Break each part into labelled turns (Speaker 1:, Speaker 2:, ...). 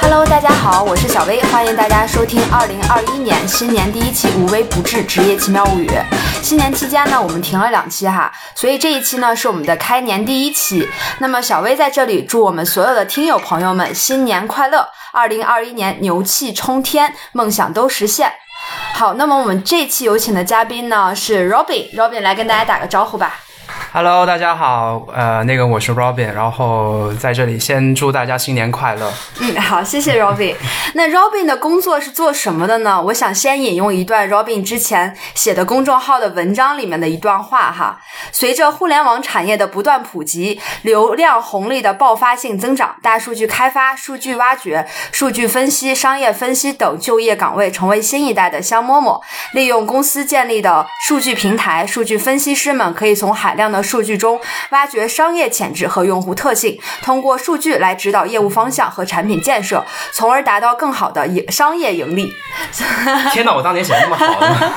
Speaker 1: Hello，大家好，我是小薇，欢迎大家收听二零二一年新年第一期《无微不至职业奇妙物语》。新年期间呢，我们停了两期哈，所以这一期呢是我们的开年第一期。那么小薇在这里祝我们所有的听友朋友们新年快乐，二零二一年牛气冲天，梦想都实现。好，那么我们这期有请的嘉宾呢是 Robin，Robin 来跟大家打个招呼吧。
Speaker 2: Hello，大家好，呃，那个我是 Robin，然后在这里先祝大家新年快乐。
Speaker 1: 嗯，好，谢谢 Robin。那 Robin 的工作是做什么的呢？我想先引用一段 Robin 之前写的公众号的文章里面的一段话哈。随着互联网产业的不断普及，流量红利的爆发性增长，大数据开发、数据挖掘、数据分析、商业分析等就业岗位成为新一代的香饽饽。利用公司建立的数据平台，数据分析师们可以从海量的数据中挖掘商业潜质和用户特性，通过数据来指导业务方向和产品建设，从而达到更好的营商业盈利。
Speaker 2: 天哪，我当年写的那么好的吗？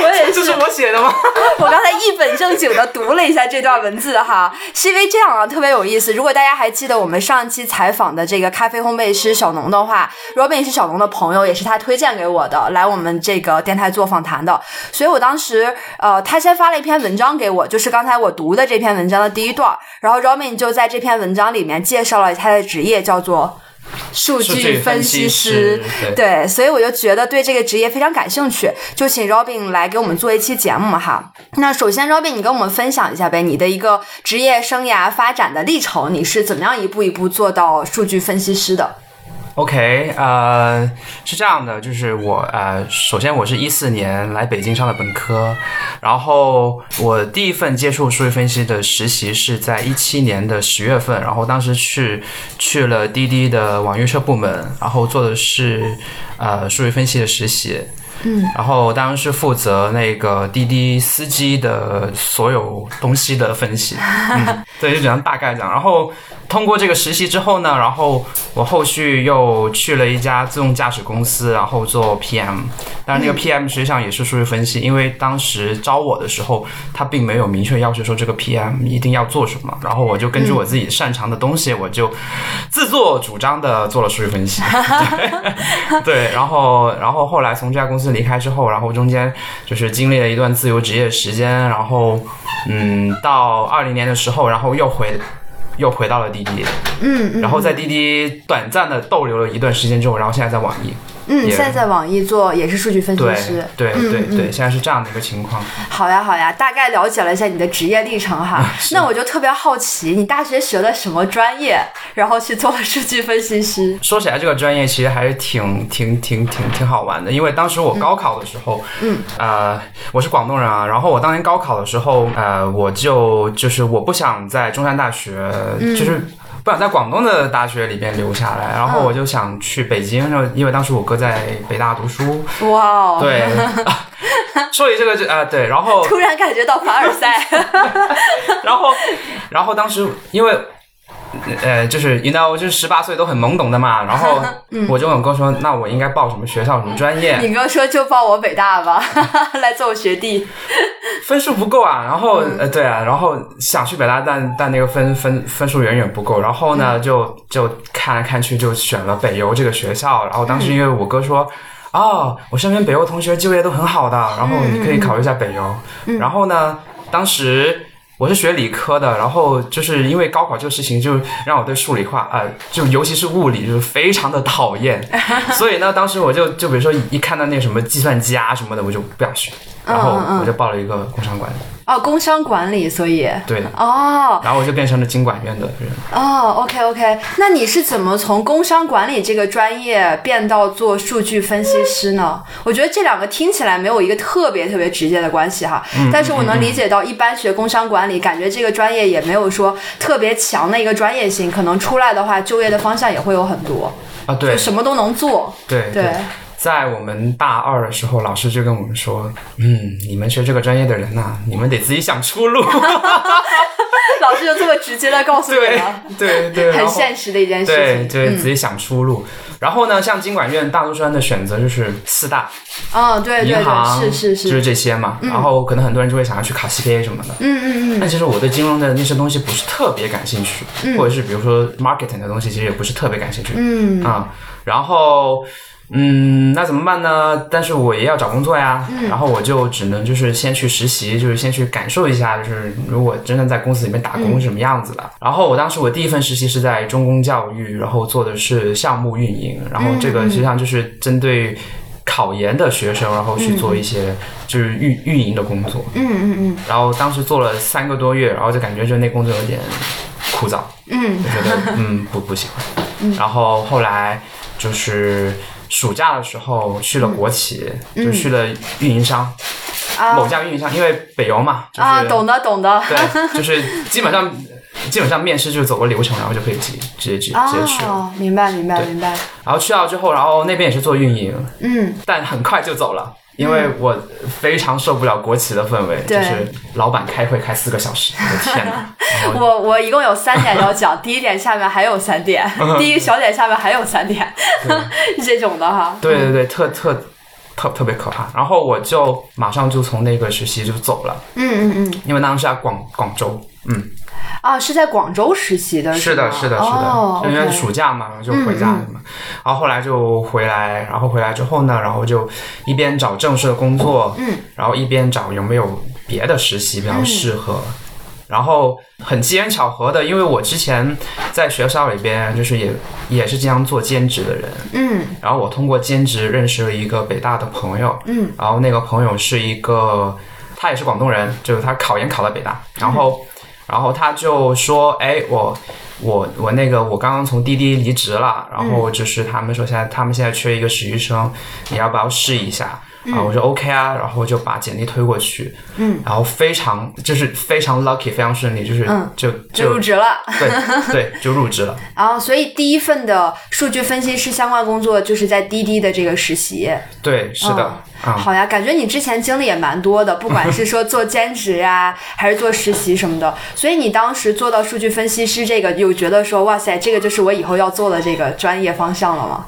Speaker 1: 我也
Speaker 2: 这是我写的吗？
Speaker 1: 我刚才一本正经的读了一下这段文字哈，是因为这样啊，特别有意思。如果大家还记得我们上期采访的这个咖啡烘焙师小农的话，Robin 是小农的朋友，也是他推荐给我的，来我们这个电台做访谈的。所以我当时呃，他先发了一篇文章给我，就是刚才我读的这篇文章的第一段儿，然后 Robin 就在这篇文章里面介绍了他的职业，叫做。数
Speaker 2: 数
Speaker 1: 据
Speaker 2: 据
Speaker 1: 分
Speaker 2: 分
Speaker 1: 析
Speaker 2: 析
Speaker 1: 师
Speaker 2: 师，
Speaker 1: 对，所以我就觉得对这个职业非常感兴趣，就请 Robin 来给我们做一期节目哈。那首先，Robin，你跟我们分享一下呗，你的一个职业生涯发展的历程，你是怎么样一步一步做到数据分析师的？
Speaker 2: OK，呃，是这样的，就是我呃，首先我是一四年来北京上的本科，然后我第一份接触数据分析的实习是在一七年的十月份，然后当时去去了滴滴的网约车部门，然后做的是呃数据分析的实习。嗯，然后当时是负责那个滴滴司机的所有东西的分析，对，就只能大概讲。然后通过这个实习之后呢，然后我后续又去了一家自动驾驶公司，然后做 PM。但是那个 PM 实际上也是数据分析，因为当时招我的时候，他并没有明确要求说这个 PM 一定要做什么。然后我就根据我自己擅长的东西，我就自作主张的做了数据分析。 对，然后然后后来从这家公司离开之后，然后中间就是经历了一段自由职业时间，然后嗯，到二零年的时候，然后又回又回到了滴滴，
Speaker 1: 嗯嗯
Speaker 2: 然后在滴滴短暂的逗留了一段时间之后，然后现在在网易，
Speaker 1: 嗯，
Speaker 2: 也
Speaker 1: 现在在网易做也是数据分析
Speaker 2: 对
Speaker 1: 师。
Speaker 2: 对
Speaker 1: 嗯
Speaker 2: 对
Speaker 1: 嗯
Speaker 2: 对，现在是这样的一个情况。
Speaker 1: 好呀好呀，大概了解了一下你的职业历程 哈。那我就特别好奇，你大学学的什么专业，然后去做了数据分析师？
Speaker 2: 说起来这个专业其实还是挺挺挺挺挺好玩的，因为当时我高考的时候，嗯，呃，我是广东人啊，然后我当年高考的时候，呃，我就就是我不想在中山大学，呃就是。不想在广东的大学里边留下来，然后我就想去北京，然后因为当时我哥在北大读书，
Speaker 1: 哇哦！
Speaker 2: 对，啊说起这个就啊、对，然后
Speaker 1: 突然感觉到凡尔赛。
Speaker 2: 然后，然后当时因为，呃，就是你知道，就是十八岁都很懵懂的嘛。然后我就跟我哥说，那我应该报什么学校、什么专业？
Speaker 1: 你哥说就报我北大吧， 来做我学弟。
Speaker 2: 分数不够啊。然后，呃，对啊，然后想去北大，但但那个分分分数远远不够。然后呢，就就看来看去，就选了北邮这个学校。然后当时因为我哥说。哦，我身边北邮同学就业都很好的，然后你可以考虑一下北邮。然后呢，当时我是学理科的，然后就是因为高考这个事情，就让我对数理化，呃，就尤其是物理，就是非常的讨厌。所以呢，当时我就就比如说一看到那什么计算机啊什么的，我就不想学，然后我就报了一个工商管理，
Speaker 1: 哦，工商管理，所以
Speaker 2: 对，
Speaker 1: 哦
Speaker 2: 然后我就变成了经管院的人。
Speaker 1: 哦，OK OK，那你是怎么从工商管理这个专业变到做数据分析师呢？我觉得这两个听起来没有一个特别特别直接的关系哈，
Speaker 2: 嗯
Speaker 1: 但是我能理解到一般学工商管理，感觉这个专业也没有说特别强的一个专业性，可能出来的话就业的方向也会有很多，
Speaker 2: 啊，对
Speaker 1: 就什么都能做。
Speaker 2: 对
Speaker 1: 对，
Speaker 2: 在我们大二的时候，老师就跟 我们说：“嗯，你们学这个专业的人呐、你们得自己想出路。”
Speaker 1: 老师就这么直接的告诉你
Speaker 2: 对
Speaker 1: 了，
Speaker 2: 对对，然
Speaker 1: 啊很
Speaker 2: 后
Speaker 1: 现实的一件事
Speaker 2: 对
Speaker 1: 情。嗯
Speaker 2: 对，自己想出路。然后呢，像经管院大陆专的选择就是四大
Speaker 1: 嗯，对对
Speaker 2: 银行，
Speaker 1: 对，是是
Speaker 2: 就是
Speaker 1: 是，
Speaker 2: 这些嘛。然后可能很多人就会想要去考 CPA 什么的。
Speaker 1: 嗯嗯嗯
Speaker 2: 但其实我对金融的那些东西不是特别感兴趣，或者是比如说 marketing 的东西，其实也不是特别感兴趣。
Speaker 1: 嗯
Speaker 2: 啊、然后嗯，那怎么办呢？但是我也要找工作呀，然后我就只能就是先去实习，就是先去感受一下，就是如果真正在公司里面打工是什么样子的。然后我当时我第一份实习是在中公教育，然后做的是项目运营，然后这个实际上就是针对。考研的学生，然后去做一些就是运运营的工作，
Speaker 1: 嗯嗯嗯
Speaker 2: 然后当时做了三个多月，然后就感觉就那工作有点枯燥，
Speaker 1: 嗯
Speaker 2: 就觉 得嗯不不喜欢。然后后来就是暑假的时候去了国企，就去了运营商、某
Speaker 1: 嗯啊
Speaker 2: 家运营商，因为北邮嘛，就是、
Speaker 1: 啊，懂的懂的，
Speaker 2: 对，就是基本上基本上面试就走个流程，然后就可以直接直接直接直接去了。
Speaker 1: 哦，明白明白
Speaker 2: 对
Speaker 1: 明白，
Speaker 2: 然后去到之后，然后那边也是做运营，
Speaker 1: 嗯
Speaker 2: 但很快就走了。因为我非常受不了国企的氛围，就
Speaker 1: 对
Speaker 2: 是老板开会开四个小时，我的 天哪！然后
Speaker 1: 我我一共有三点要讲，第一点下面还有三 点，
Speaker 2: 嗯
Speaker 1: 第一个小点下面还有三点， 这种的哈。
Speaker 2: 对对对，特特特特别可怕。然后我就马上就从那个实习就走了，
Speaker 1: 嗯嗯嗯，
Speaker 2: 因为当时在广广州，嗯，
Speaker 1: 啊，是在广州实习的，
Speaker 2: 是的，
Speaker 1: 吗
Speaker 2: 是的，是
Speaker 1: 哦
Speaker 2: 的，因为
Speaker 1: OK 嗯
Speaker 2: 暑假嘛，然后就回家了嘛。然后后来就回来，然后回来之后呢，然后就一边找正式的工作，
Speaker 1: 嗯，
Speaker 2: 然后一边找有没有别的实习比较适合。然后很机缘巧合的，因为我之前在学校里边就是也也是经常做兼职的人，
Speaker 1: 嗯
Speaker 2: 然后我通过兼职认识了一个北大的朋友，
Speaker 1: 嗯，
Speaker 2: 然后那个朋友是一个，他也是广东人，就是他考研考到北大，然
Speaker 1: 嗯
Speaker 2: 后，然后他就说，哎，我我我那个我刚刚从滴滴离职了，然
Speaker 1: 嗯
Speaker 2: 后就是他们说现在他们现在缺一个实习生，你要不要试一下？啊，我说 OK 啊，然后就把简历推过去，
Speaker 1: 嗯，
Speaker 2: 然后非常就是非常 lucky，非常顺利，就是、
Speaker 1: 嗯
Speaker 2: 就
Speaker 1: 就
Speaker 2: 就
Speaker 1: 入职了。
Speaker 2: 对对就入职了。
Speaker 1: 然后，所以第一份的数据分析师相关工作就是在滴滴的这个实习。
Speaker 2: 对，是
Speaker 1: 哦
Speaker 2: 的，啊、
Speaker 1: 好呀，感觉你之前经历也蛮多的，不管是说做兼职 呀、还是做实习什么的。所以你当时做到数据分析师这个，有觉得说哇塞，这个就是我以后要做的这个专业方向了吗？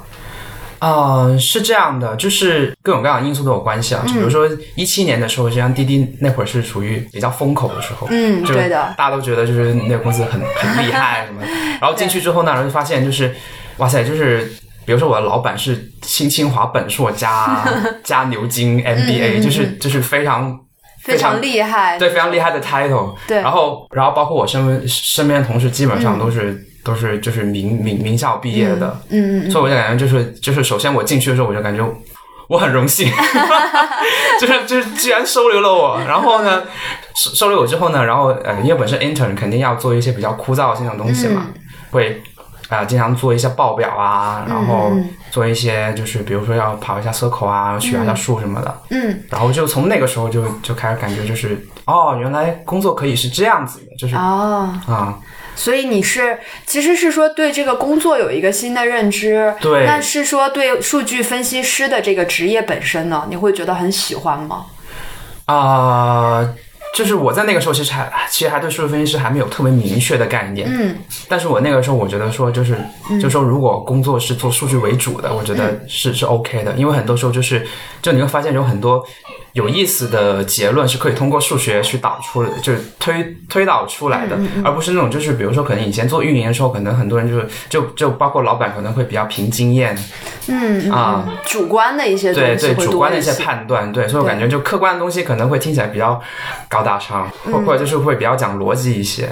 Speaker 2: 嗯，是这样的，就是各种各样的因素都有关系啊。就比如
Speaker 1: 嗯
Speaker 2: 说一七年的时候，就像滴滴那会儿是处于比较风口的时候，
Speaker 1: 嗯
Speaker 2: 就
Speaker 1: 对的
Speaker 2: 大家都觉得就是那个公司很很厉害 什么的。然后进去之后呢，然后就发现就是，哇塞，就是。比如说我的老板是清清华本硕 加加牛津
Speaker 1: 嗯
Speaker 2: MBA，、就是就是非常
Speaker 1: 非常厉害，
Speaker 2: 对非常厉害的 title，
Speaker 1: 对嗯
Speaker 2: 然后然后包括我身边身边的同事基本上都是、都是就是名名名校毕业的，
Speaker 1: 嗯，嗯嗯，
Speaker 2: 所以我就感觉就是就是，首先我进去的时候我就感觉我很荣幸， 就是就是居然收留了我。然后呢，收收留我之后呢，然后呃，因为本身 intern 肯定要做一些比较枯燥性的东西嘛，会。啊、经常做一些报表啊，然后做一些就是，比如说要跑一下 circle 啊，取一下数什么的，
Speaker 1: 嗯，
Speaker 2: 然后就从那个时候就就开始感觉就是，哦，原来工作可以是这样子的，就是啊、
Speaker 1: 哦，所以你是其实是说对这个工作有一个新的认知，
Speaker 2: 对
Speaker 1: 那是说对数据分析师的这个职业本身呢，你会觉得很喜欢吗？
Speaker 2: 啊、就是我在那个时候其实还其实还对数据分析师还没有特别明确的概念，
Speaker 1: 嗯，
Speaker 2: 但是我那个时候我觉得说就是、就说如果工作是做数据为主的，我觉得是、是 OK 的，因为很多时候就是就你会发现有很多有意思的结论是可以通过数学去导出，就是推推导出来的，而不是那种就是比如说可能以前做运营的时候，可能很多人就是就就包括老板可能会比较凭经验
Speaker 1: 嗯，嗯
Speaker 2: 啊。
Speaker 1: 主观的一些东
Speaker 2: 对
Speaker 1: 西
Speaker 2: 对，
Speaker 1: 会
Speaker 2: 主观
Speaker 1: 多
Speaker 2: 的一
Speaker 1: 一
Speaker 2: 些
Speaker 1: 些。
Speaker 2: 判断，对，所以我
Speaker 1: 对
Speaker 2: 感觉就客观的东西可能会听起来比较高大上，或、
Speaker 1: 嗯
Speaker 2: 或者就是会比较讲逻辑一些。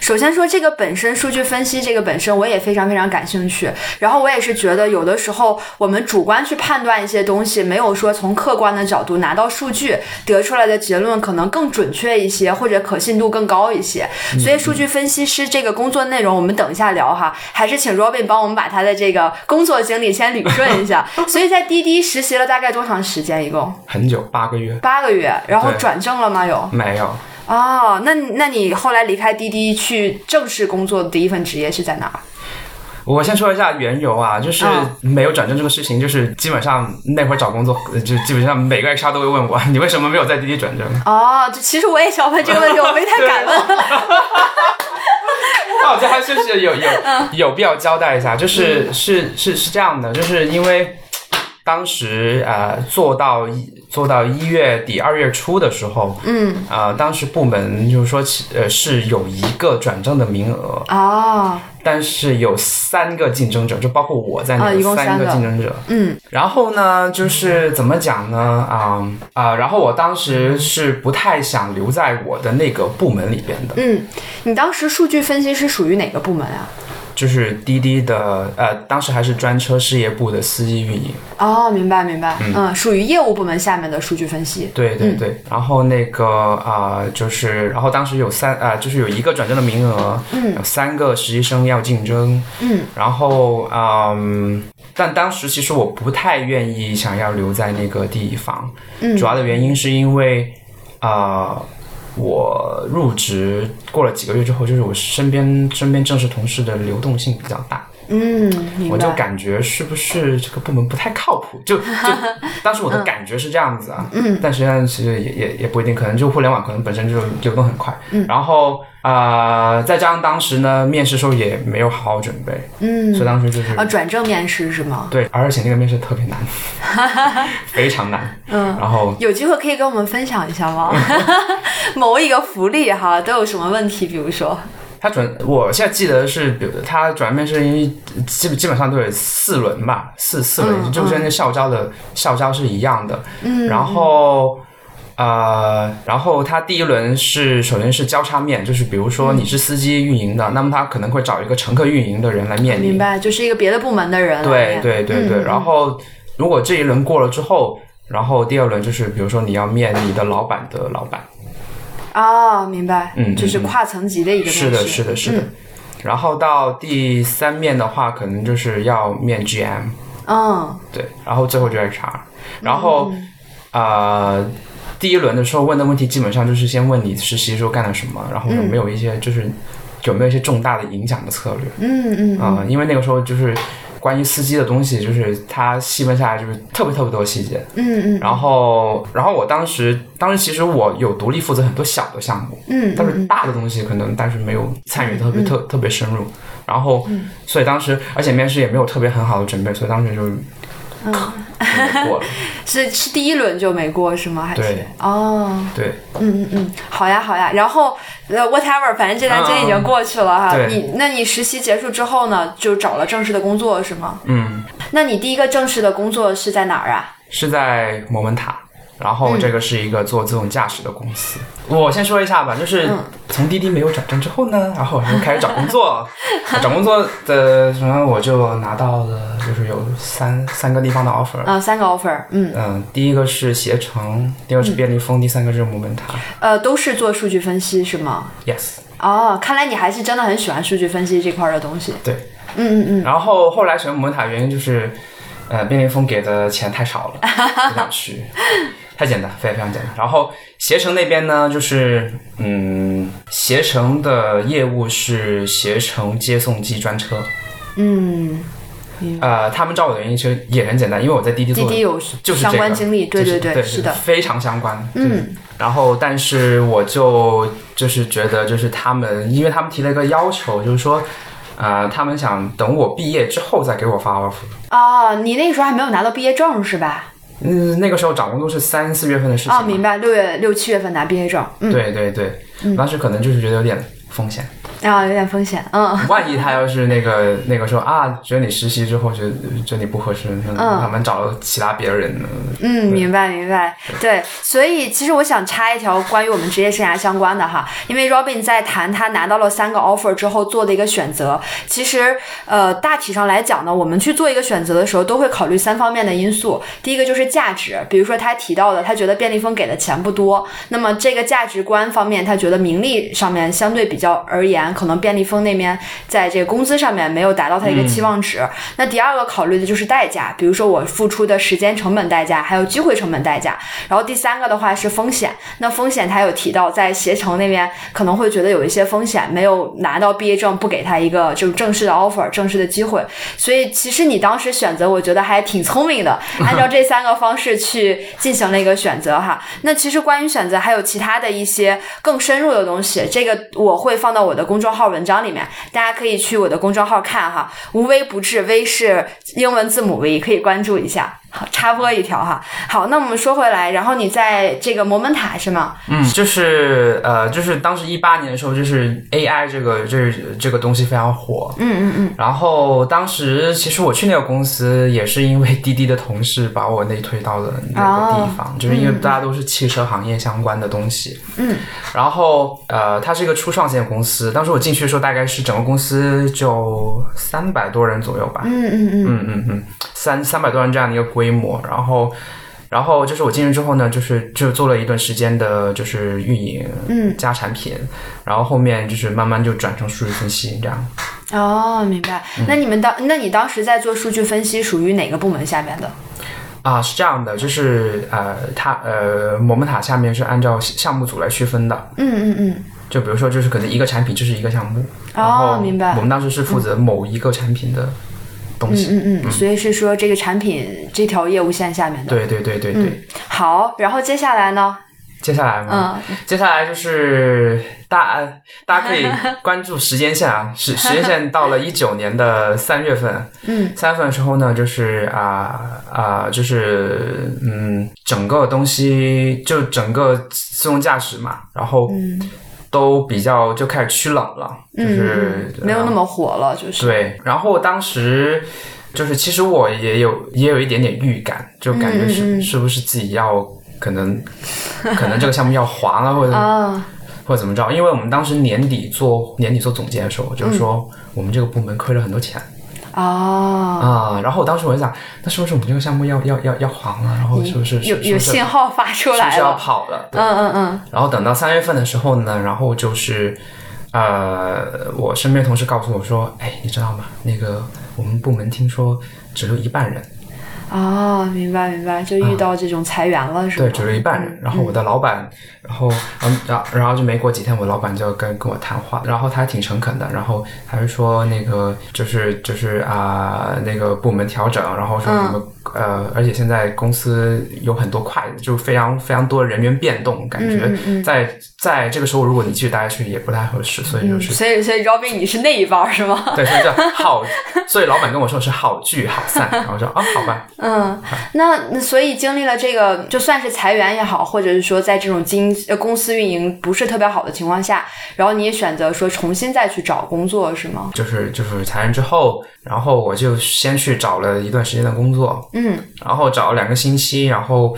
Speaker 1: 首先说这个本身数据分析这个本身我也非常非常感兴趣，然后我也是觉得有的时候我们主观去判断一些东西，没有说从客观的角度拿到数据得出来的结论可能更准确一些，或者可信度更高一些。所以数据分析师这个工作内容我们等一下聊哈，还是请 Robin 帮我们把他的这个工作经历先捋顺一下。所以在滴滴实习了大概多长时间？一共
Speaker 2: 很久，八个月
Speaker 1: 八个月，然后
Speaker 2: 对
Speaker 1: 转正了吗？有？
Speaker 2: 没有。
Speaker 1: 哦，那那你后来离开滴滴去正式工作的第一份职业是在哪儿？
Speaker 2: 我先说一下缘由啊，就是
Speaker 1: 嗯
Speaker 2: 没有转正这个事情，就是基本上那会儿找工作，呃就基本上每个 HR 都会问我，你为什么没有在滴滴转正？
Speaker 1: 哦，就其实我也想问这个问题，我没 太敢问。
Speaker 2: 那我觉得还是是 有有
Speaker 1: 嗯
Speaker 2: 有必要交代一下，就是是是是这样的，就是因为当时呃做到一做到一月底二月初的时候，
Speaker 1: 嗯，
Speaker 2: 呃当时部门就是说其呃是有一个转正的名额，
Speaker 1: 哦，
Speaker 2: 但是有三个竞争者，就包括我在
Speaker 1: 啊
Speaker 2: 内，
Speaker 1: 一
Speaker 2: 有
Speaker 1: 共
Speaker 2: 三
Speaker 1: 三
Speaker 2: 个
Speaker 1: 个
Speaker 2: 竞争者。
Speaker 1: 嗯
Speaker 2: 然后呢，就是怎么讲呢？啊、啊、然后我当时是不太想留在我的那个部门里边的，
Speaker 1: 嗯，你当时数据分析是属于哪个部门啊？
Speaker 2: 就是滴滴的，呃，当时还是专车事业部的司机运营。
Speaker 1: 哦，明白明白，嗯，属于业务部门下面的数据分析。
Speaker 2: 对对对。然后那个啊、就是，然后当时有三啊、就是有一个转正的名额，嗯，有三个实习生要竞争，
Speaker 1: 嗯，
Speaker 2: 然后嗯。但当时其实我不太愿意想要留在那个地方，
Speaker 1: 嗯
Speaker 2: 主要的原因是因为，啊，我入职过了几个月之后，就是我身边身边正式同事的流动性比较大，
Speaker 1: 嗯，明白。
Speaker 2: 我就感觉是不是这个部门不太靠谱？就就当时我的感觉是这样子啊，嗯，但实际上其实也也也不一定，可能就互联网可能本身就流动很快，嗯，然后呃，再加上当时呢面试时候也没有好好准备，
Speaker 1: 嗯
Speaker 2: 所以当时就是、
Speaker 1: 啊，转正面试是吗？
Speaker 2: 对，而且那个面试特别难，非常难，嗯，然后
Speaker 1: 有机会可以跟我们分享一下 吗？某一个福利哈，都有什么问题？比如说，
Speaker 2: 他转，我现在记得是，比如他转面试，因为基本基本上都有四轮吧，四四轮，
Speaker 1: 嗯
Speaker 2: 就跟那校招的校招是一样的。嗯，然后。呃，然后他第一轮是首先是交叉面，就是比如说你是司机运营的，那么他可能会找一个乘客运营的人来面哎你
Speaker 1: 明。白，就是一个别的部门的人来
Speaker 2: 对
Speaker 1: 面。嗯
Speaker 2: 对对对。然后如果这一轮过了之后，然后第二轮就是比如说你要面你的老板的老板。
Speaker 1: 啊，明白，
Speaker 2: 嗯嗯
Speaker 1: 就是
Speaker 2: 嗯
Speaker 1: 跨层级的一个嗯面试。
Speaker 2: 是的，是的，是的。然后到第三面的话，可能就是要面 GM，
Speaker 1: 嗯，
Speaker 2: 对，然后最后就 HR，然后、呃，第一轮的时候问的问题基本上就是先问你实习时候干了什么，然后
Speaker 1: 嗯
Speaker 2: 有没有一些就是、有没有一些重大的影响的策略，
Speaker 1: 嗯嗯，
Speaker 2: 啊、因为那个时候就是关于司机的东西，就是它细分下来就是特别特别多细节，
Speaker 1: 嗯嗯
Speaker 2: 然后然后我当时当时其实我有独立负责很多小的项目，
Speaker 1: 嗯
Speaker 2: 但是大的东西可能但是没有参与特别特、特别深入，然后、
Speaker 1: 嗯
Speaker 2: 所以当时而且面试也没有特别很好的准备，所以当时就。嗯， 过了，
Speaker 1: 是是第一轮就没过是吗？还是
Speaker 2: 对？
Speaker 1: 哦，
Speaker 2: 对，
Speaker 1: 嗯嗯嗯，好呀好呀。然后呃，whatever，反正这段经历已经过去了哈。
Speaker 2: 嗯嗯对
Speaker 1: 你那你实习结束之后呢，就找了正式的工作是吗？
Speaker 2: 嗯，
Speaker 1: 那你第一个正式的工作是在哪儿啊？
Speaker 2: 是在摩门塔，然后
Speaker 1: 嗯
Speaker 2: 这个是一个做自动驾驶的公司。我先说一下吧，就是
Speaker 1: 嗯
Speaker 2: 从滴滴没有转正之后呢，然后我就开始找 工作，找工作的，然后我就拿到了，就是有三三个地方的 offer，
Speaker 1: 啊，三个 offer，嗯，
Speaker 2: 嗯，第一个是携程，第二个是便利蜂，第三个是摩门塔。
Speaker 1: 呃，都是做数据分析是吗？
Speaker 2: Yes，
Speaker 1: 哦，看来你还是真的很喜欢数据分析这块儿的东西。
Speaker 2: 对。
Speaker 1: 嗯嗯嗯，
Speaker 2: 然后后来选摩门塔原因就是，呃，便利蜂给的钱太少了，不想去，太简单，非常非常简单。然后携程那边呢，就是嗯，携程的业务是携程接送机专车。嗯。呃，他们招我的原因其实也很简单，因为我在滴滴
Speaker 1: 滴
Speaker 2: 做的
Speaker 1: 滴有
Speaker 2: 就是
Speaker 1: 相关
Speaker 2: 这个
Speaker 1: 经历，对
Speaker 2: 就是
Speaker 1: 对，
Speaker 2: 对，
Speaker 1: 是的，
Speaker 2: 非常相关。
Speaker 1: 嗯，
Speaker 2: 然后但是我就就是觉得就是他们，因为他们提了一个要求，就是说，呃，他们想等我毕业之后再给我发 offer。
Speaker 1: 哦，你那时候还没有拿到毕业证是吧？
Speaker 2: 嗯，那个时候找工作是三四月份的事情
Speaker 1: 啊，
Speaker 2: 嘛，
Speaker 1: 明白，六月六七月份拿毕业证，嗯，
Speaker 2: 对对对，当时可能就是觉得有点 风险，
Speaker 1: 啊，有点风险，嗯，
Speaker 2: 万一他要是那个那个时候啊，觉得你实习之后觉得觉得你不合适，那他们找了其他别人，
Speaker 1: 嗯，明白明白，对，所以其实我想插一条关于我们职业生涯相关的哈，因为 Robin 在谈他拿到了三个 offer 之后做的一个选择，其实呃大体上来讲呢，我们去做一个选择的时候都会考虑三方面的因素，第一个就是价值，比如说他提到的，他觉得便利蜂给的钱不多，那么这个价值观方面，他觉得名利上面相对比较而言然可能便利蜂那边在这个工资上面没有达到它的一个期望值。那第二个考虑的就是代价，比如说我付出的时间成本代价，还有机会成本代价。然后第三个的话是风险，那风险他有提到，在携程那边可能会觉得有一些风险，没有拿到毕业证不给他一个就是正式的 offer、正式的机会。所以其实你当时选择，我觉得还挺聪明 的，按照这三个方式去进行了一个选择哈。那其实关于选择还有其他的一些更深入的东西，这个我会放到我的公众号文章里面，大家可以去我的公众号看哈。无微不至，微是英文字母 V，可以关注一下。 好，插播一条哈。好，那我们说回来，然后你在这个摩门塔是吗？
Speaker 2: 嗯，就是呃，就是当时一八年的时候，就是 AI 这个这这个东西非常火。
Speaker 1: 嗯嗯嗯，
Speaker 2: 然后当时其实我去那个公司也是因为滴滴的同事把我内推到了那个地
Speaker 1: 哦
Speaker 2: 方，就是因为大家都是汽车行业相关的东西。
Speaker 1: 嗯，
Speaker 2: 然后呃，它是一个初创型的公司，当时我进去的时候大概是整个公司就三百多人左右吧。
Speaker 1: 嗯嗯嗯，
Speaker 2: 嗯嗯嗯，三三百多人这样的一个规模，然后。然后就是我进去之后呢，就是就做了一段时间的，就是运营，
Speaker 1: 嗯，
Speaker 2: 加产品，然后后面就是慢慢就转成数据分析这样。
Speaker 1: 哦，明白。那你们当，那你当时在做数据分析，属于哪个部门下面的？
Speaker 2: 啊，是这样的，就是呃，它呃，摩门塔下面是按照项目组来区分的，
Speaker 1: 嗯嗯嗯，
Speaker 2: 就比如说就是可能一个产品就是一个项目，然
Speaker 1: 哦
Speaker 2: 后，
Speaker 1: 明白
Speaker 2: 我。们当时是负责某一个产品的东西，
Speaker 1: 嗯嗯嗯，所以是说这个产品这条业务线下面的。
Speaker 2: 对对对对对。
Speaker 1: 好，然后接下来呢？
Speaker 2: 接下来吗？
Speaker 1: 嗯，
Speaker 2: 接下来就是 大大家可以关注时间线啊，时时间线到了一九年的三月份，
Speaker 1: 嗯，
Speaker 2: 三月份的时候呢，就是啊啊、就是嗯，整个东西就整个自动驾驶嘛，然后都比较就开始趋冷了，就
Speaker 1: 嗯
Speaker 2: 是呃
Speaker 1: 嗯、嗯没有那么火了，就是。
Speaker 2: 对，然后当时就是，其实我也有也有一点点预感，就感觉是、
Speaker 1: 嗯嗯嗯
Speaker 2: 是不是自己要可能可能这个项目要黄了，或者、
Speaker 1: 啊，
Speaker 2: 或者怎么着？因为我们当时年底做年底做总结的时候，
Speaker 1: 嗯
Speaker 2: 就是说我们这个部门亏了很多钱
Speaker 1: 哦，
Speaker 2: 啊、然后我当时我就想，那是不是我们这个项目要要要要黄了？然后是不是
Speaker 1: 嗯有有信
Speaker 2: 号
Speaker 1: 号发出
Speaker 2: 是不
Speaker 1: 来
Speaker 2: 是要
Speaker 1: 了。
Speaker 2: 跑了？对
Speaker 1: 嗯嗯嗯，
Speaker 2: 然后等到三月份的时候呢，然后就是，呃，我身边同事告诉我说，哎，你知道吗？那个我们部门听说只有一半人，
Speaker 1: 哦，明白明白，就遇到这种裁员了是吧？
Speaker 2: 嗯对，只有一半人。然后我的老板，然后，嗯，然后然后就没过几天，我老板就跟跟我谈话，然后他还挺诚恳的，然后还是说那个就是就是啊、那个部门调整，然后说什么、呃，而且现在公司有很多快，就非常非常多人员变动，感觉在、在这个时候，如果你继续待下去也不太合适，所以就是。
Speaker 1: 嗯所以所以 Robin 你是那一半儿是吗？
Speaker 2: 对，所以叫好，所以老板跟我说是好聚好散，然后我说啊、好吧，
Speaker 1: 嗯，那那所以经历了这个，就算是裁员也好，或者是说在这种经呃公司运营不是特别好的情况下，然后你也选择说重新再去找工作是吗？
Speaker 2: 就是就是裁员之后，然后我就先去找了一段时间的工作，
Speaker 1: 嗯
Speaker 2: 然后找了两个星期，然后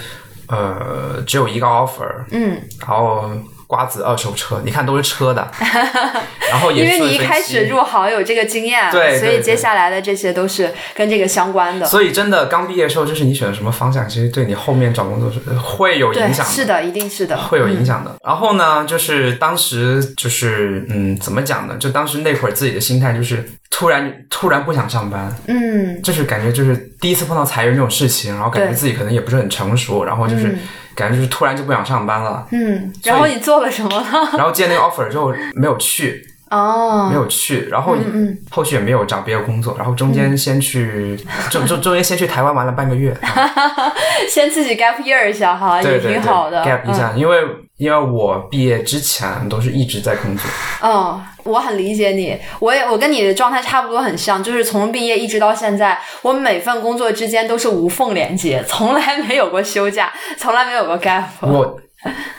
Speaker 2: 呃只有一个 offer，
Speaker 1: 嗯，
Speaker 2: 然后瓜子二手车，你看都是 车的，然后也
Speaker 1: 因为
Speaker 2: 是
Speaker 1: 你一
Speaker 2: 分
Speaker 1: 开
Speaker 2: 析
Speaker 1: 始入行有这个经验，
Speaker 2: 对对
Speaker 1: 所以接
Speaker 2: 对
Speaker 1: 下来的这些都是跟这个相关的。
Speaker 2: 所以真的刚毕业的时候，就是你选什么方向，其实对你后面找工作是会有
Speaker 1: 对，
Speaker 2: 影响的。
Speaker 1: 是的，一定是的。嗯
Speaker 2: 会有影响的。然后呢，就是当时就是嗯，怎么讲呢？就当时那会儿自己的心态就是突然突然不想上班，
Speaker 1: 嗯
Speaker 2: 就是感觉就是第一次碰到裁员这种事情，然后感觉
Speaker 1: 对。
Speaker 2: 自己可能也不是很成熟，然后就是感觉就是突然就不想上班了
Speaker 1: 嗯，然后你做了什么 呢？
Speaker 2: 然后接那个 offer 之后没有去，没
Speaker 1: 哦，
Speaker 2: 有去，然后
Speaker 1: 嗯
Speaker 2: 后续也没有找别的工作，然后中间先去中中中间先去台湾玩了半个月，啊
Speaker 1: 先自己 gap year 一下哈，
Speaker 2: 对
Speaker 1: 也
Speaker 2: 对对
Speaker 1: 挺好的。嗯
Speaker 2: ，gap 一下，因为因为我毕业之前都是一直在工作，
Speaker 1: 嗯，我很理解你，我也我跟你的状态差不多很像，就是从毕业一直到现在，我每份工作之间都是无缝连接，从来没有过休假，从来没有过 gap。
Speaker 2: 我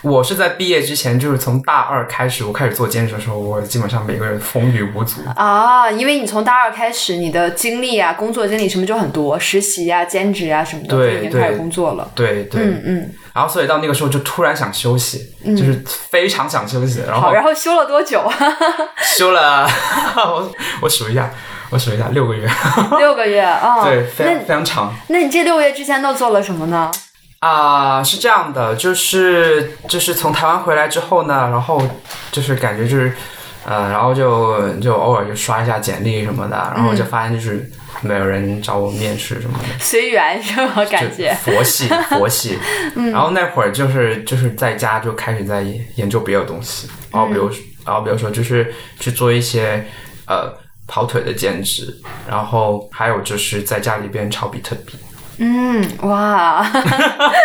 Speaker 2: 我是在毕业之前，就是从大二开始，我开始做兼职的时候，我基本上每个人风雨无阻。
Speaker 1: 啊，因为你从大二开始，你的经历啊、工作经历什么就很多，实习啊、兼职啊什么的，
Speaker 2: 对
Speaker 1: 就已经开始
Speaker 2: 对
Speaker 1: 工作了。
Speaker 2: 对对，
Speaker 1: 嗯嗯，
Speaker 2: 然后所以到那个时候就突然想休息，就是非常想休息，然
Speaker 1: 好，
Speaker 2: 后
Speaker 1: 然后休了多久？
Speaker 2: 休了， 我我数一下，我数一下，六个月，
Speaker 1: 六个月啊。
Speaker 2: 对，非常
Speaker 1: 那
Speaker 2: 非常长
Speaker 1: 那你这六个月之前都做了什么呢？
Speaker 2: 啊、是这样的，就是就是从台湾回来之后呢，然后就是感觉就是嗯、然后就就偶尔就刷一下简历什么的，然后就发现就是没有人找我面试什么的。
Speaker 1: 随缘是吗？
Speaker 2: 就
Speaker 1: 感觉嗯
Speaker 2: 佛 系佛系，然后那会儿就是就是在家就开始在研究别的东西，然后
Speaker 1: 嗯
Speaker 2: 比如、然后比如说就是去做一些呃跑腿的兼职，然后还有就是在家里边炒比特币，
Speaker 1: 嗯哇，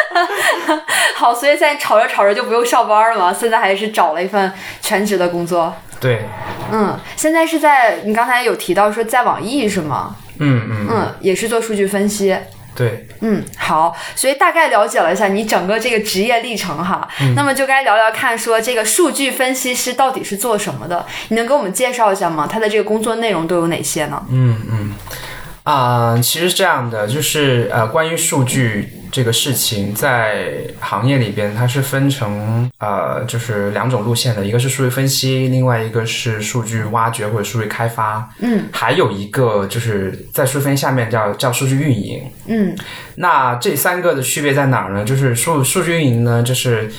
Speaker 1: 好，所以现在吵着吵着就不用上班了嘛，现在还是找了一份全职的工作。
Speaker 2: 对，
Speaker 1: 嗯，现在是在你刚才有提到说在网易是吗？
Speaker 2: 嗯嗯
Speaker 1: 嗯，也是做数据分析。
Speaker 2: 对，
Speaker 1: 嗯，好，所以大概了解了一下你整个这个职业历程哈，那么就该聊聊看说这个数据分析师到底是做什么的？你能给我们介绍一下吗？他的这个工作内容都有哪些呢？
Speaker 2: 嗯嗯，啊、其实是这样的，就是呃关于数据。这个事情在行业里边，它是分成呃，就是两种路线的，一个是数据分析，另外一个是数据挖掘或者数据开发。
Speaker 1: 嗯
Speaker 2: 还有一个就是在数据分析下面叫叫数据运营。
Speaker 1: 嗯
Speaker 2: 那这三个的区别在哪儿呢？就是数数据运营呢，就是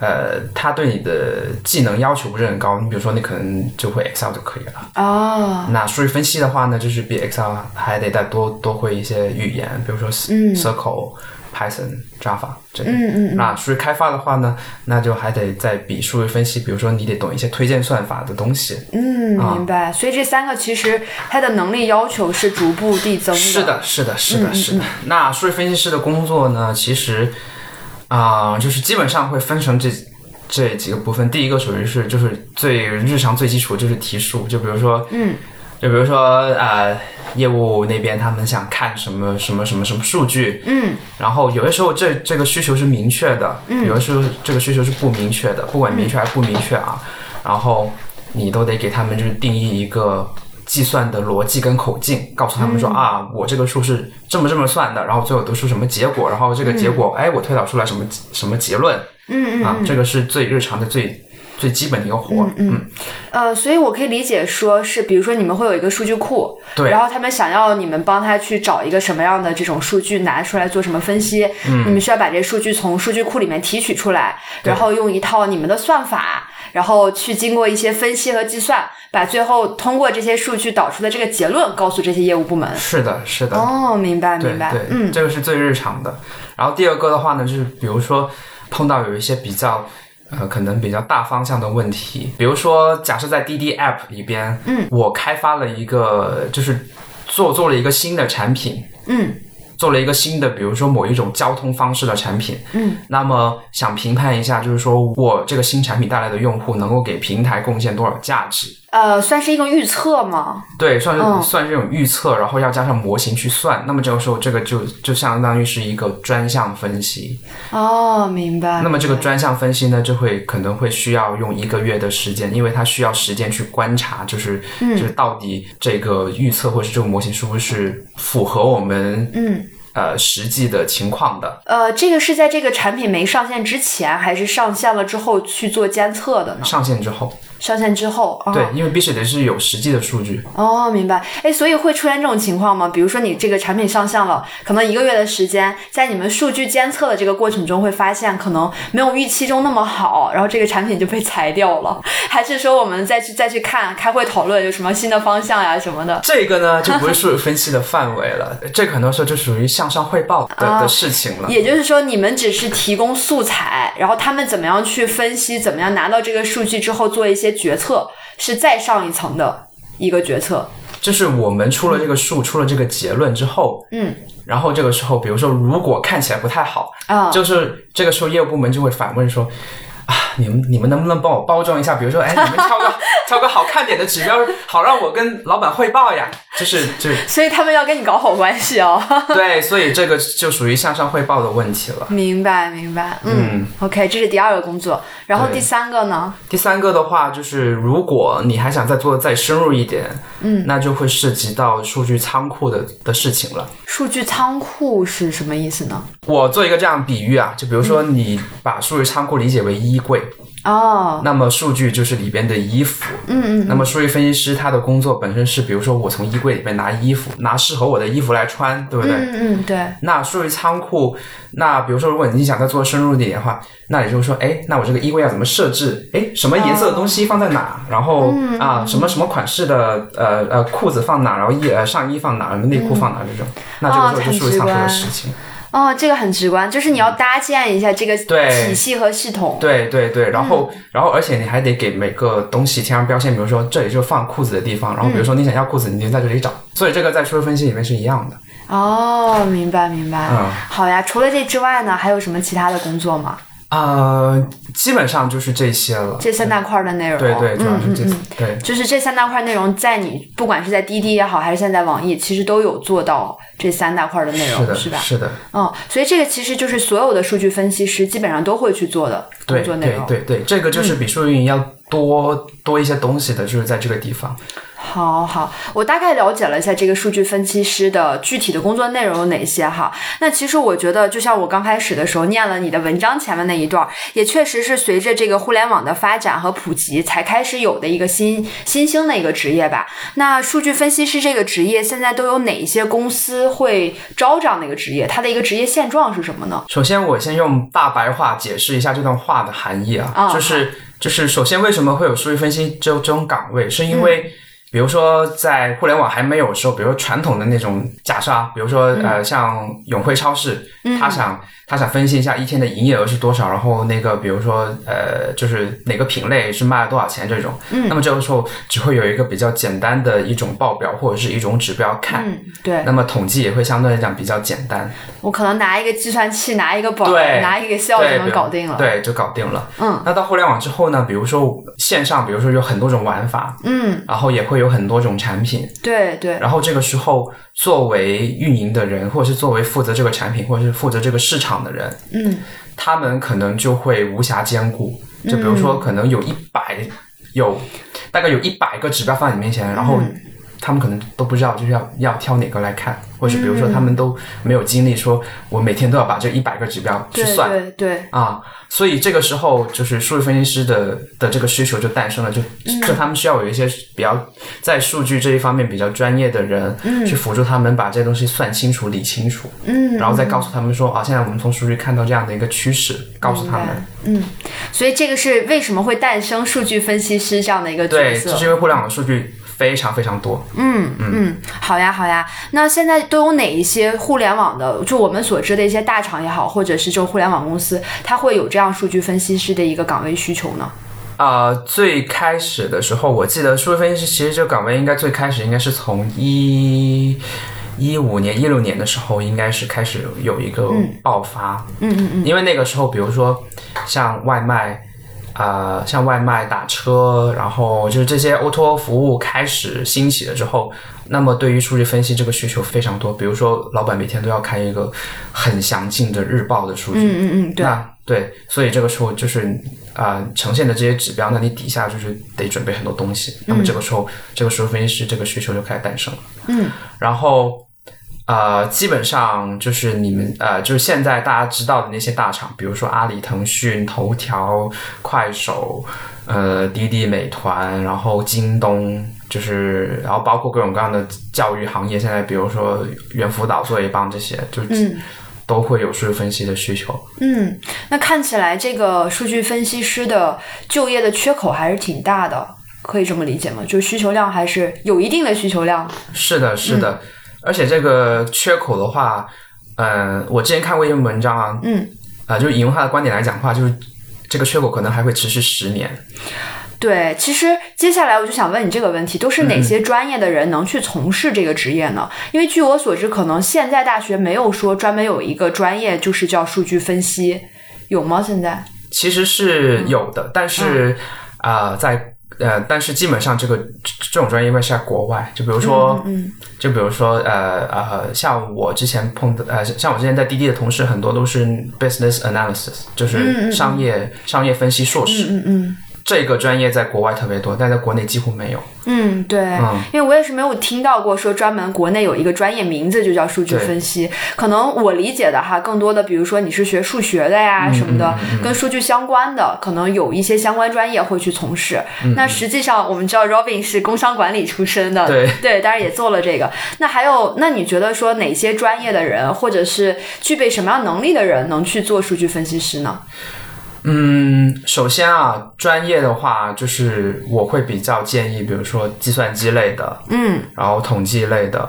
Speaker 2: 呃，它对你的技能要求不是很高，你比如说你可能就会 Excel 就可以了。
Speaker 1: 哦
Speaker 2: 那数据分析的话呢，就是比 Excel 还得再多多会一些语言，比如说 Circle、Python、Java 这类。
Speaker 1: 嗯嗯
Speaker 2: 那数据开发的话呢，那就还得再比数据分析，比如说你得懂一些推荐算法的东西。
Speaker 1: 嗯，
Speaker 2: 啊
Speaker 1: 明白。所以这三个其实他的能力要求是逐步递增的。嗯
Speaker 2: 是的，是的，是的，是的。那数据分析师的工作呢，其实啊、就是基本上会分成这这几个部分。第一个属于是就是最日常最基础就是提速，就比如说，
Speaker 1: 嗯，
Speaker 2: 就比如说呃，业务那边他们想看什么什么什么什么数据，
Speaker 1: 嗯
Speaker 2: 然后有的时候这这个需求是明确的，有的时候这个需求是不明确的，不管明确还是不明确
Speaker 1: 嗯
Speaker 2: 啊，然后你都得给他们就是定义一个计算的逻辑跟口径，告诉他们说、
Speaker 1: 嗯
Speaker 2: 啊，我这个数是这么这么算的，然后最后得出什么结果，然后这个结果、哎，我推导出来什么什么结论
Speaker 1: 嗯嗯
Speaker 2: 啊，这个是最日常的最最基本的一个活，嗯
Speaker 1: 呃，所以我可以理解说是，比如说你们会有一个数据库，
Speaker 2: 对
Speaker 1: 然后他们想要你们帮他去找一个什么样的这种数据拿出来做什么分析，嗯，你们需要把这数据从数据库里面提取出来，
Speaker 2: 对
Speaker 1: 然后用一套你们的算法，然后去经过一些分析和计算，把最后通过这些数据导出的这个结论告诉这些业务部门。
Speaker 2: 是的，是的，
Speaker 1: 哦，明白
Speaker 2: 对
Speaker 1: 明白
Speaker 2: 对，，
Speaker 1: 嗯
Speaker 2: 这个是最日常的。然后第二个的话呢，就是比如说碰到有一些比较。呃，可能比较大方向的问题，比如说，假设在滴滴 App 里边，嗯，我开发了一个，就是做做了一个新的产品，
Speaker 1: 嗯
Speaker 2: 做了一个新的，比如说某一种交通方式的产品，
Speaker 1: 嗯，
Speaker 2: 那么想评判一下，就是说我这个新产品带来的用户能够给平台贡献多少价值，
Speaker 1: 呃，算是一种预测吗？
Speaker 2: 对，算是、
Speaker 1: 嗯
Speaker 2: 算是这种预测，然后要加上模型去算。那么这个时候，这个就就相当于是一个专项分析。
Speaker 1: 哦，明白。
Speaker 2: 那么这个专项分析呢，就会可能会需要用一个月的时间，因为它需要时间去观察，就是、
Speaker 1: 嗯
Speaker 2: 就是到底这个预测或是这个模型是不是符合我们
Speaker 1: 嗯
Speaker 2: 呃实际的情况的。
Speaker 1: 呃，这个是在这个产品没上线之前，还是上线了之后去做监测的呢？
Speaker 2: 上线之后，
Speaker 1: 上线之后，哦、
Speaker 2: 对，，因为必须得是有实际的数据。
Speaker 1: 哦，明白。哎，所以会出现这种情况吗？比如说你这个产品上线了，可能一个月的时间，在你们数据监测的这个过程中，会发现可能没有预期中那么好，然后这个产品就被裁掉了，还是说我们再去再去看，开会讨论有什么新的方向呀什么的？
Speaker 2: 这个呢，就不是 数据分析的范围了，这很多时候就属于向上汇报的、
Speaker 1: 啊
Speaker 2: 的事情了。
Speaker 1: 也就是说，你们只是提供素材，然后他们怎么样去分析，怎么样拿到这个数据之后做一些决策，是再上一层的一个决策。
Speaker 2: 就是我们出了这个数，出了这个结论之后，
Speaker 1: 嗯，
Speaker 2: 然后这个时候，比如说如果看起来不太好，
Speaker 1: 啊
Speaker 2: 就是这个时候业务部门就会反问说。啊，你们你们能不能帮我包装一下？比如说，哎，你们挑个挑个好看点的指标，好让我跟老板汇报呀。就是就
Speaker 1: 所以他们要跟你搞好关系哦。
Speaker 2: 对，所以这个就属于向上汇报的问题了。
Speaker 1: 明白，明白。嗯 o k 这是第二个工作，然后
Speaker 2: 对
Speaker 1: 第三个呢？
Speaker 2: 第三个的话，就是如果你还想再做的再深入一点，嗯，那就会涉及到数据仓库的的事情了。
Speaker 1: 数据仓库是什么意思呢？
Speaker 2: 我做一个这样的比喻啊，就比如说你把数据仓库理解为衣柜，
Speaker 1: 嗯哦，
Speaker 2: 那么数据就是里边的衣服，
Speaker 1: 嗯嗯，
Speaker 2: 那么数据分析师他的工作本身是，比如说我从衣柜里面拿衣服，拿适合我的衣服来穿，对不对？
Speaker 1: 嗯嗯，对，
Speaker 2: 那数据仓库，那比如说，如果你想再做深入一点的话，那你就说，哎，那我这个衣柜要怎么设置？哎，什么颜色的东西放在哪？然后
Speaker 1: 嗯
Speaker 2: 啊，什么什么款式的呃呃裤子放哪？然后衣呃上衣放哪？内裤放哪？这种，那这个
Speaker 1: 嗯
Speaker 2: 时候就
Speaker 1: 哦
Speaker 2: 数据仓库
Speaker 1: 很
Speaker 2: 的
Speaker 1: 直
Speaker 2: 事情。
Speaker 1: 哦，这个很直观，就是你要搭建一下这个
Speaker 2: 对
Speaker 1: 体系和系统。
Speaker 2: 对对对，然后、
Speaker 1: 嗯
Speaker 2: 然后而且你还得给每个东西贴上标签，比如说这里就是放裤子的地
Speaker 1: 嗯
Speaker 2: 方，然后比如说你想要裤子，你就在这里找。所以这个在数据分析里面是一样的。
Speaker 1: 哦，明白明白。
Speaker 2: 嗯
Speaker 1: 好呀，除了这之外呢，还有什么其他的工作吗？
Speaker 2: 呃，基本上就是这些了。
Speaker 1: 这三大块儿的内容。
Speaker 2: 对对，主要是
Speaker 1: 嗯嗯
Speaker 2: 这些。
Speaker 1: 嗯。
Speaker 2: 对
Speaker 1: 就是这三大块内容，在你不管是在滴滴也好，还是现在网易，其实都有做到这三大块的嗯内容，
Speaker 2: 是的，
Speaker 1: 吧？
Speaker 2: 是的，
Speaker 1: 嗯，所以这个其实就是所有的数据分析师基本上都会去做的
Speaker 2: 对
Speaker 1: 工作内
Speaker 2: 对
Speaker 1: 容。嗯
Speaker 2: 对对，这个就是比数据云要多、多一些东西的，就是在这个地方。
Speaker 1: 好好，我大概了解了一下这个数据分析师的具体的工作内容有哪些哈。那其实我觉得，就像我刚开始的时候念了你的文章前面那一段儿，也确实是随着这个互联网的发展和普及，才开始有的一个新新兴的一个职业吧。那数据分析师这个职业现在都有哪一些公司会招这样的一个职业？它的一个职业现状是什么呢？
Speaker 2: 首先，我先用大白话解释一下这段话的含义啊，
Speaker 1: 哦
Speaker 2: 就是就是，首先为什么会有数据分析这这种岗位，是因为、
Speaker 1: 嗯
Speaker 2: 比如说，在互联网还没有的时候，比如说传统的那种假设啊，比如
Speaker 1: 嗯
Speaker 2: 说、呃，像永辉超市，他想他想分析一下一天的营业额是多少，然后那个比如说呃，就是哪个品类是卖了多少钱这种，
Speaker 1: 嗯
Speaker 2: 那么这个时候只会有一个比较简单的一种报表或者是一种指标看，
Speaker 1: 嗯，对
Speaker 2: 那么统计也会相对来讲比较简单。
Speaker 1: 我可能拿一个计算器，拿一个本儿，
Speaker 2: 对，
Speaker 1: 拿一个嗯 Excel 就
Speaker 2: 对
Speaker 1: 能搞定了。
Speaker 2: 对，就搞定了。
Speaker 1: 嗯，
Speaker 2: 那到互联网之后呢？比如说线上，比如说有很多种玩法，
Speaker 1: 嗯，
Speaker 2: 然后也会有很多种产品。
Speaker 1: 对对，
Speaker 2: 然后这个时候，作为运营的人，或者是作为负责这个产品，或者是负责这个市场的人，
Speaker 1: 嗯，
Speaker 2: 他们可能就会无暇兼顾。就比如
Speaker 1: 嗯
Speaker 2: 说，可能有一百、有大概有一百个指标放在你面前，然后。
Speaker 1: 嗯
Speaker 2: 他们可能都不知道，就是要要挑哪个来看，或者比如说
Speaker 1: 嗯
Speaker 2: 他们都没有精力，说我每天都要把这一百个指标去
Speaker 1: 对
Speaker 2: 算，
Speaker 1: 对对，
Speaker 2: 啊，所以这个时候就是数据分析师的的这个需求就诞生了，就
Speaker 1: 嗯
Speaker 2: 就他们需要有一些比较在数据这一方面比较专业的人，去辅助他们把这些东西算清楚、理清楚，
Speaker 1: 嗯，
Speaker 2: 然后再告诉他们说啊，现在我们从数据看到这样的一个趋势，告诉他们，
Speaker 1: 所以这个是为什么会诞生数据分析师这样的一个角
Speaker 2: 对，
Speaker 1: 色？
Speaker 2: 就是因为互联网的数据非常非常多，
Speaker 1: 嗯嗯，好呀好呀。那现在都有哪一些互联网的，就我们所知的一些大厂也好，或者是这种互联网公司，它会有这样数据分析师的一个岗位需求呢？
Speaker 2: 啊、最开始的时候，我记得数据分析师其实这个岗位应该最开始应该是从一一五年、一六年的时候，应该是开始有一个爆发。嗯嗯嗯。因为那个时候，比如说像外卖，啊，像外卖、打车，然后就是这些 O2O 服务开始兴起了之后，那么对于数据分析这个需求非常多。比如说，老板每天都要看一个很详尽的日报的数据。
Speaker 1: 嗯嗯嗯，对。
Speaker 2: 那对，所以这个时候就是啊、呃呈现的这些指标，那你底下就是得准备很多东西。那么这个时候，这个时候分析师这个需求就开始诞生了。
Speaker 1: 嗯，
Speaker 2: 然后呃，基本上就是你们呃，就是现在大家知道的那些大厂，比如说阿里、腾讯、头条、快手、呃滴滴、美团，然后京东。就是，然后包括各种各样的教育行业，现在比如说猿辅导、作业帮这些，就都会有数据分析的需求。
Speaker 1: 嗯，那看起来这个数据分析师的就业的缺口还是挺大的，可以这么理解吗？就需求量还是有一定的需求量。
Speaker 2: 是的，是的，而且这个缺口的话，嗯、我之前看过一篇文章啊，
Speaker 1: 嗯，
Speaker 2: 啊、就引用他的观点来讲的话，就是这个缺口可能还会持续十年。
Speaker 1: 对，其实接下来我就想问你这个问题，都是哪些专业的人能去从事这个职业呢？因为据我所知，可能现在大学没有说专门有一个专业就是叫数据分析，有吗？现在？
Speaker 2: 其实是有的，但是啊、呃在呃，但是基本上这个这种专业因为是在国外，就比如说，嗯，就比如说呃呃，像我之前碰的呃，像我之前在滴滴的同事，很多都是 business analysis，就是商业、商业分析硕士，
Speaker 1: 嗯嗯
Speaker 2: 这个专业在国外特别多，但在国内几乎没有。
Speaker 1: 嗯，对，因为我也是没有听到过说专门国内有一个专业名字就叫数据分析。可能我理解的哈，更多的比如说你是学数学的呀什么的，跟数据相关的，可能有一些相关专业会去从事。那实际上我们知道 Robin 是工商管理出身的，
Speaker 2: 对
Speaker 1: 对，当然也做了这个。那还有，那你觉得说哪些专业的人，或者是具备什么样能力的人，能去做数据分析师呢？
Speaker 2: 嗯，首先啊，专业的话，就是我会比较建议，比如说计算机类的，
Speaker 1: 嗯，
Speaker 2: 然后统计类的，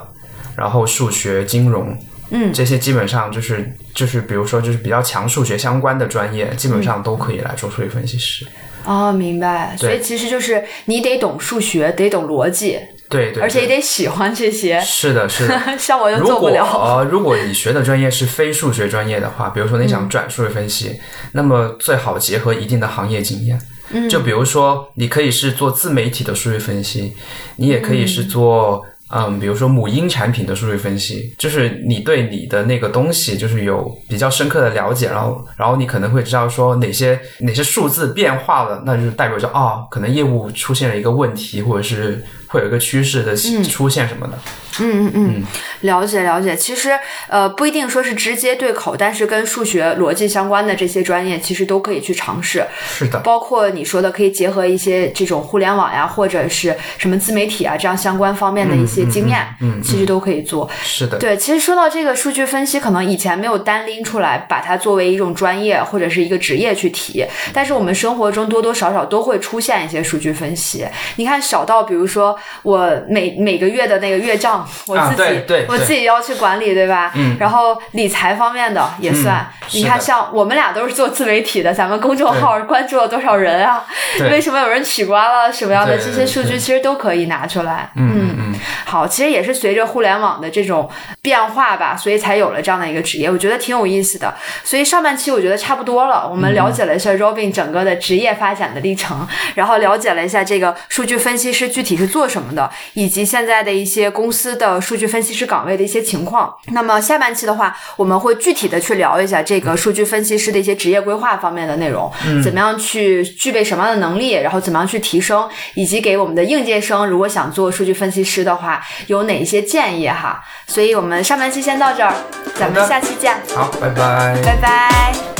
Speaker 2: 然后数学、金融，
Speaker 1: 嗯
Speaker 2: 这些基本上就是就是比如说就是比较强数学相关的专业，基
Speaker 1: 嗯
Speaker 2: 本上都可以来做数据分析师。
Speaker 1: 哦，明白。所以其实就是你得懂数学，得懂逻辑，
Speaker 2: 对对，
Speaker 1: 而且也
Speaker 2: 对
Speaker 1: 得喜欢这些。
Speaker 2: 是的，是的。
Speaker 1: 像我就
Speaker 2: 如
Speaker 1: 做不
Speaker 2: 果
Speaker 1: 了。
Speaker 2: 呃，如果你学的专业是非数学专业的话，比如说你
Speaker 1: 嗯
Speaker 2: 想转数学分析，那么最好结合一定的行业经验。嗯，就比如说，你可以是做自媒体的数据分析，你也可以是做嗯比如说母婴产品的数据分析，就是你对你的那个东西就是有比较深刻的了解，然后然后你可能会知道说哪些哪些数字变化了，那就是代表着啊、可能业务出现了一个问题，或者是会有一个趋势的出现什么的。
Speaker 1: 嗯嗯嗯，了解了解。其实呃，不一定说是直接对口，但是跟数学逻辑相关的这些专业，其实都可以去尝试。
Speaker 2: 是的。
Speaker 1: 包括你说的，可以结合一些这种互联网呀，或者是什么自媒体啊这样相关方面的一些经验，
Speaker 2: 嗯嗯嗯嗯
Speaker 1: 其实都可以做。
Speaker 2: 是的，
Speaker 1: 对，其实说到这个数据分析，可能以前没有单拎出来，把它作为一种专业或者是一个职业去
Speaker 2: 嗯
Speaker 1: 提，但是我们生活中多多少少都会出现一些数据分析。你看，小到比如说我每每个月的那个月账，我
Speaker 2: 啊
Speaker 1: 自己、
Speaker 2: 对对
Speaker 1: 我
Speaker 2: 对
Speaker 1: 自己要去管理，对吧？
Speaker 2: 嗯
Speaker 1: 然后理财方面的也算，
Speaker 2: 是
Speaker 1: 你看
Speaker 2: 的
Speaker 1: 像我们俩都是做自媒体的，咱们公众
Speaker 2: 对
Speaker 1: 号关注了多少人啊？
Speaker 2: 对
Speaker 1: 为什么有人取关了？什么样的
Speaker 2: 对
Speaker 1: 这
Speaker 2: 对
Speaker 1: 些数据
Speaker 2: 对
Speaker 1: 其实都可以拿出来。
Speaker 2: 嗯嗯，
Speaker 1: 好，其实也是随着互联网的这种变化吧，所以才有了这样的一个职业，我觉得挺有意思的。所以上半期我觉得差不多了，我们了解了一下 Robin 整个的职业发展的历程，然后了解了一下这个数据分析师具体是做什么的，以及现在的一些公司的数据分析师岗位的一些情况。那么下半期的话，我们会具体的去聊一下这个数据分析师的一些职业规划方面的内容，
Speaker 2: 嗯
Speaker 1: 怎么样去具备什么样的能力，然后怎么样去提升，以及给我们的应届生如果想做数据分析师的话，有哪一些建议哈。所以我们上半期先到这儿，咱
Speaker 2: 好
Speaker 1: 们
Speaker 2: 的
Speaker 1: 下期见，
Speaker 2: 好，拜拜。
Speaker 1: 拜拜。